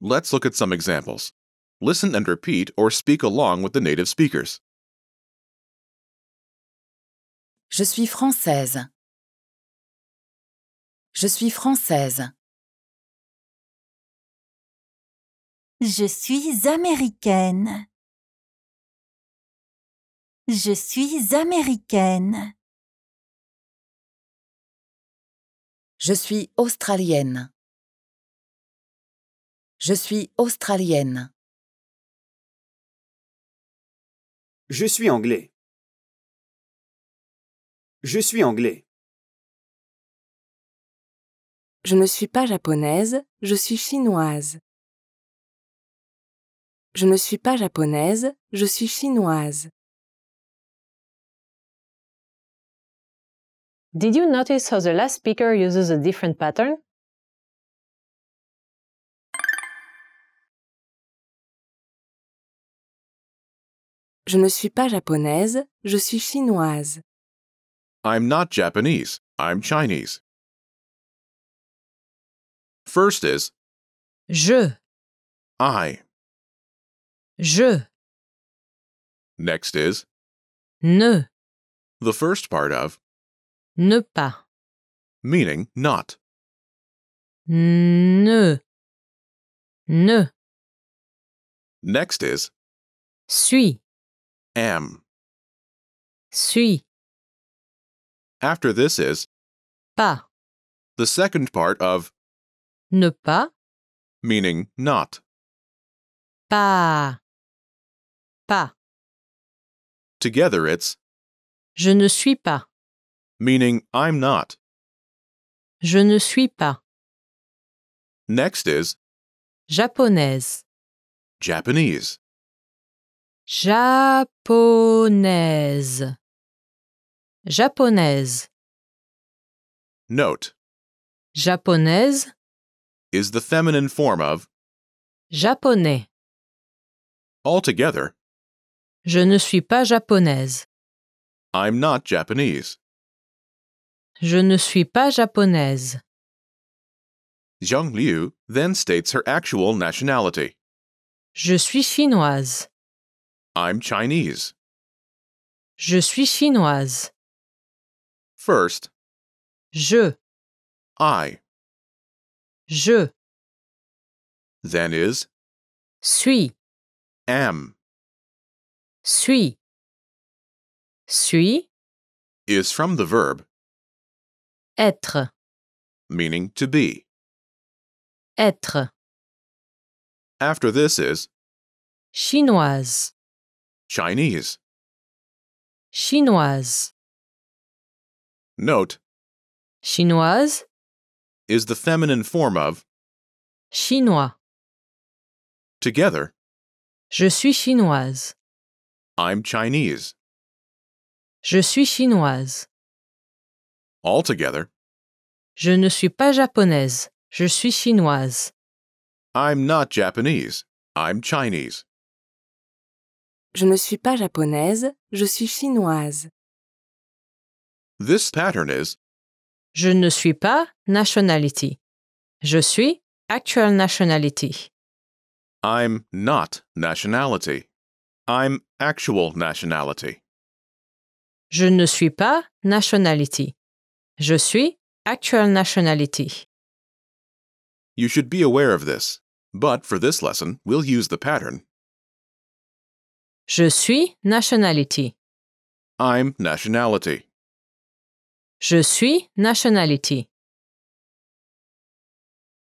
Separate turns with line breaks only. Let's look at some examples. Listen and repeat or speak along with the native speakers.
Je suis française. Je suis française.
Je suis américaine. Je suis américaine.
Je suis australienne. Je suis australienne.
Je suis anglais. Je suis anglais.
Je ne suis pas japonaise, je suis chinoise. Je ne suis pas japonaise, je suis chinoise.
Did you notice how the last speaker uses a different pattern?
Je ne suis pas japonaise, je suis chinoise.
I'm not Japanese. I'm Chinese. First is
Je,
I.
je,
Next is
ne,
the first part of,
ne pas,
meaning not.
ne, ne,
Next is
suis,
am.
suis,
After this is
pas,
the second part of,
ne pas,
meaning not.
pas, pas.
Together it's,
Je ne suis pas,
meaning I'm not.
je ne suis pas
Next is
japonaise,
Japanese.
japonaise, japonaise,
Note
japonaise,
is the feminine form of,
japonais.
altogether,
Je ne suis pas japonaise,
I'm not Japanese.
je ne suis pas japonaise.
Zheng Liu then states her actual nationality.
Je suis chinoise,
I'm Chinese.
je suis chinoise.
First,
Je,
I.
je,
Then is
suis,
am.
suis. Suis,
Is from the verb,
être,
meaning to be.
être.
After this is
Chinoise,
Chinese.
chinoise.
Note
Chinoise,
is the feminine form of
chinois.
together.
Je suis chinoise,
I'm Chinese.
je suis chinoise.
Altogether,
Je ne suis pas japonaise, je suis chinoise.
I'm not Japanese. I'm Chinese.
Je ne suis pas japonaise, je suis chinoise.
This pattern is
Je ne suis pas nationality. Je suis actual nationality.
I'm not nationality. I'm actual nationality.
Je ne suis pas nationality. Je suis actual nationality.
You should be aware of this. But for this lesson, we'll use the pattern
Je suis nationality.
I'm nationality.
Je suis nationality.